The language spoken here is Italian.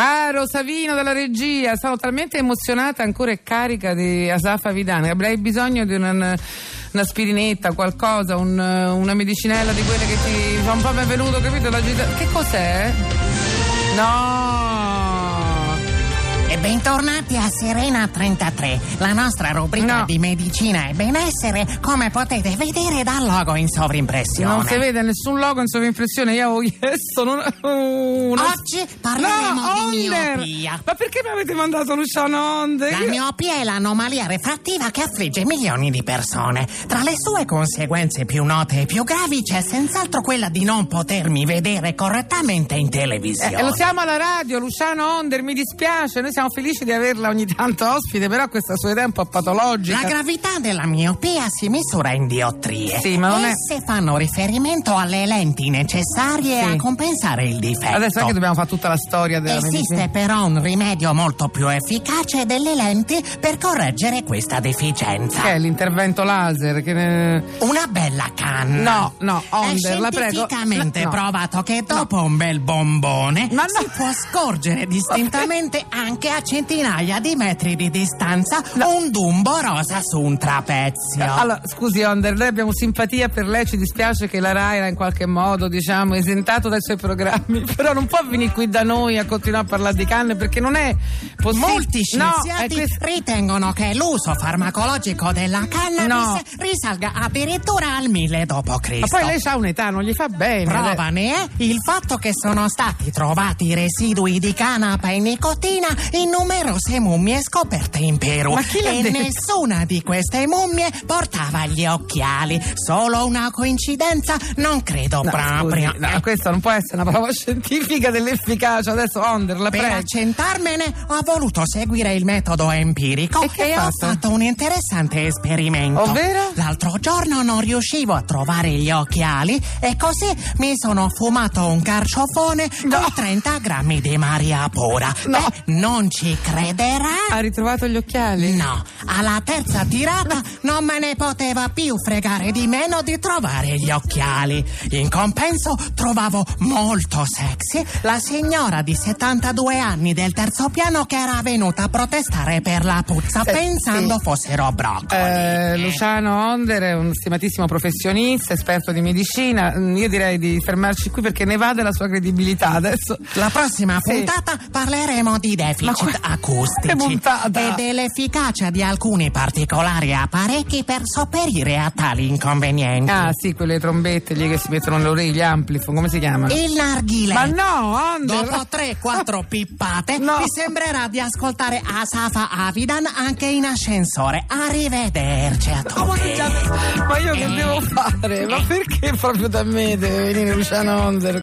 Caro Savino della regia, sono talmente emozionata ancora e carica di Asafa Vidane. Avrei bisogno di una, una spirinetta, qualcosa, un- una medicinella di quelle che ti fa un po' benvenuto, capito? La gita- Che cos'è? No! E bentornati a Serena 33, la nostra rubrica No. di medicina e benessere, come potete vedere dal logo in sovrimpressione. Non si vede nessun logo in sovraimpressione. Io avevo chiesto non- una... Oggi no, parleremo Ah, di Onder! miopia. Ma perché mi avete mandato Luciano Onde? La miopia è l'anomalia refrattiva che affligge milioni di persone. Tra le sue conseguenze più note e più gravi c'è senz'altro quella di non potermi vedere correttamente in televisione. Eh, lo siamo alla radio, Luciano Onder, mi dispiace, noi siamo felici di averla ogni tanto ospite, però questa sua idea è un po' patologica. La gravità della miopia si misura in diottrie. Sì, ma non è- Esse fanno riferimento alle lenti necessarie Sì. a compensare il difetto. Adesso è che dobbiamo fare tutta la storia della Esiste medicina. però un rimedio molto più efficace delle lenti per correggere questa deficienza. Che è l'intervento laser? Che ne- Una bella canna. No, no, Onder, È la prego. scientificamente No, no. provato che dopo un bel bombone Ma no. si può scorgere distintamente anche a centinaia di metri di distanza un dumbo rosa su un trapezio. Allora, scusi Onder, noi abbiamo simpatia per lei, ci dispiace che la Rai l'ha in qualche modo, diciamo, esentato dai suoi programmi, però non può venire qui da noi a continuare a parlare di canne perché non è possibile. Molti no, è scienziati questo- ritengono che l'uso farmacologico della cannabis risalga addirittura al 1000 d.C. Ma poi lei ha un'età, non gli fa bene. Prova ne è il fatto che sono stati trovati residui di canapa e nicotina in numerose mummie scoperte in Perù. Ma chi l'ha e detto? nessuna di queste mummie portava gli occhiali. Solo una coincidenza? Non credo No, proprio. scusi, no, questa non può essere una prova scientifica dell'efficacia. Adesso Onder, la Per prego. accentarmene ho voluto seguire il metodo empirico E che hai ho fatto? fatto un interessante esperimento. Ovvero? L'altro giorno non riuscivo a trovare gli occhiali e così mi sono fumato un carciofone No. con 30 grammi di Maria Pora. No. Beh, non ci crederà? Ha ritrovato gli occhiali? No, alla terza tirata non me ne poteva più fregare di meno di trovare gli occhiali. In compenso trovavo molto sexy la signora di 72 anni del terzo piano che era venuta a protestare per la puzza Eh, pensando sì. fossero broccoli. Eh, Luciano Onder è un stimatissimo professionista, esperto di medicina. Mm, Io direi di fermarci qui perché ne va della sua credibilità adesso. La prossima Sì. puntata parleremo di Ma deficit que- che acustici puntata? e dell'efficacia di alcuni particolari apparecchi per sopperire a tali inconvenienti. Ah, sì, quelle trombette lì che si mettono alle orecchie, gli amplifon, come si chiamano? Il narghile. Ma Eh, no, Onder! Dopo 3-4 pippate No. mi sembrerà di ascoltare Asafa Avidan anche in ascensore. Arrivederci a tutti. Ma che- Ma io che devo fare? Ma perché proprio da me deve venire Luciano Onder?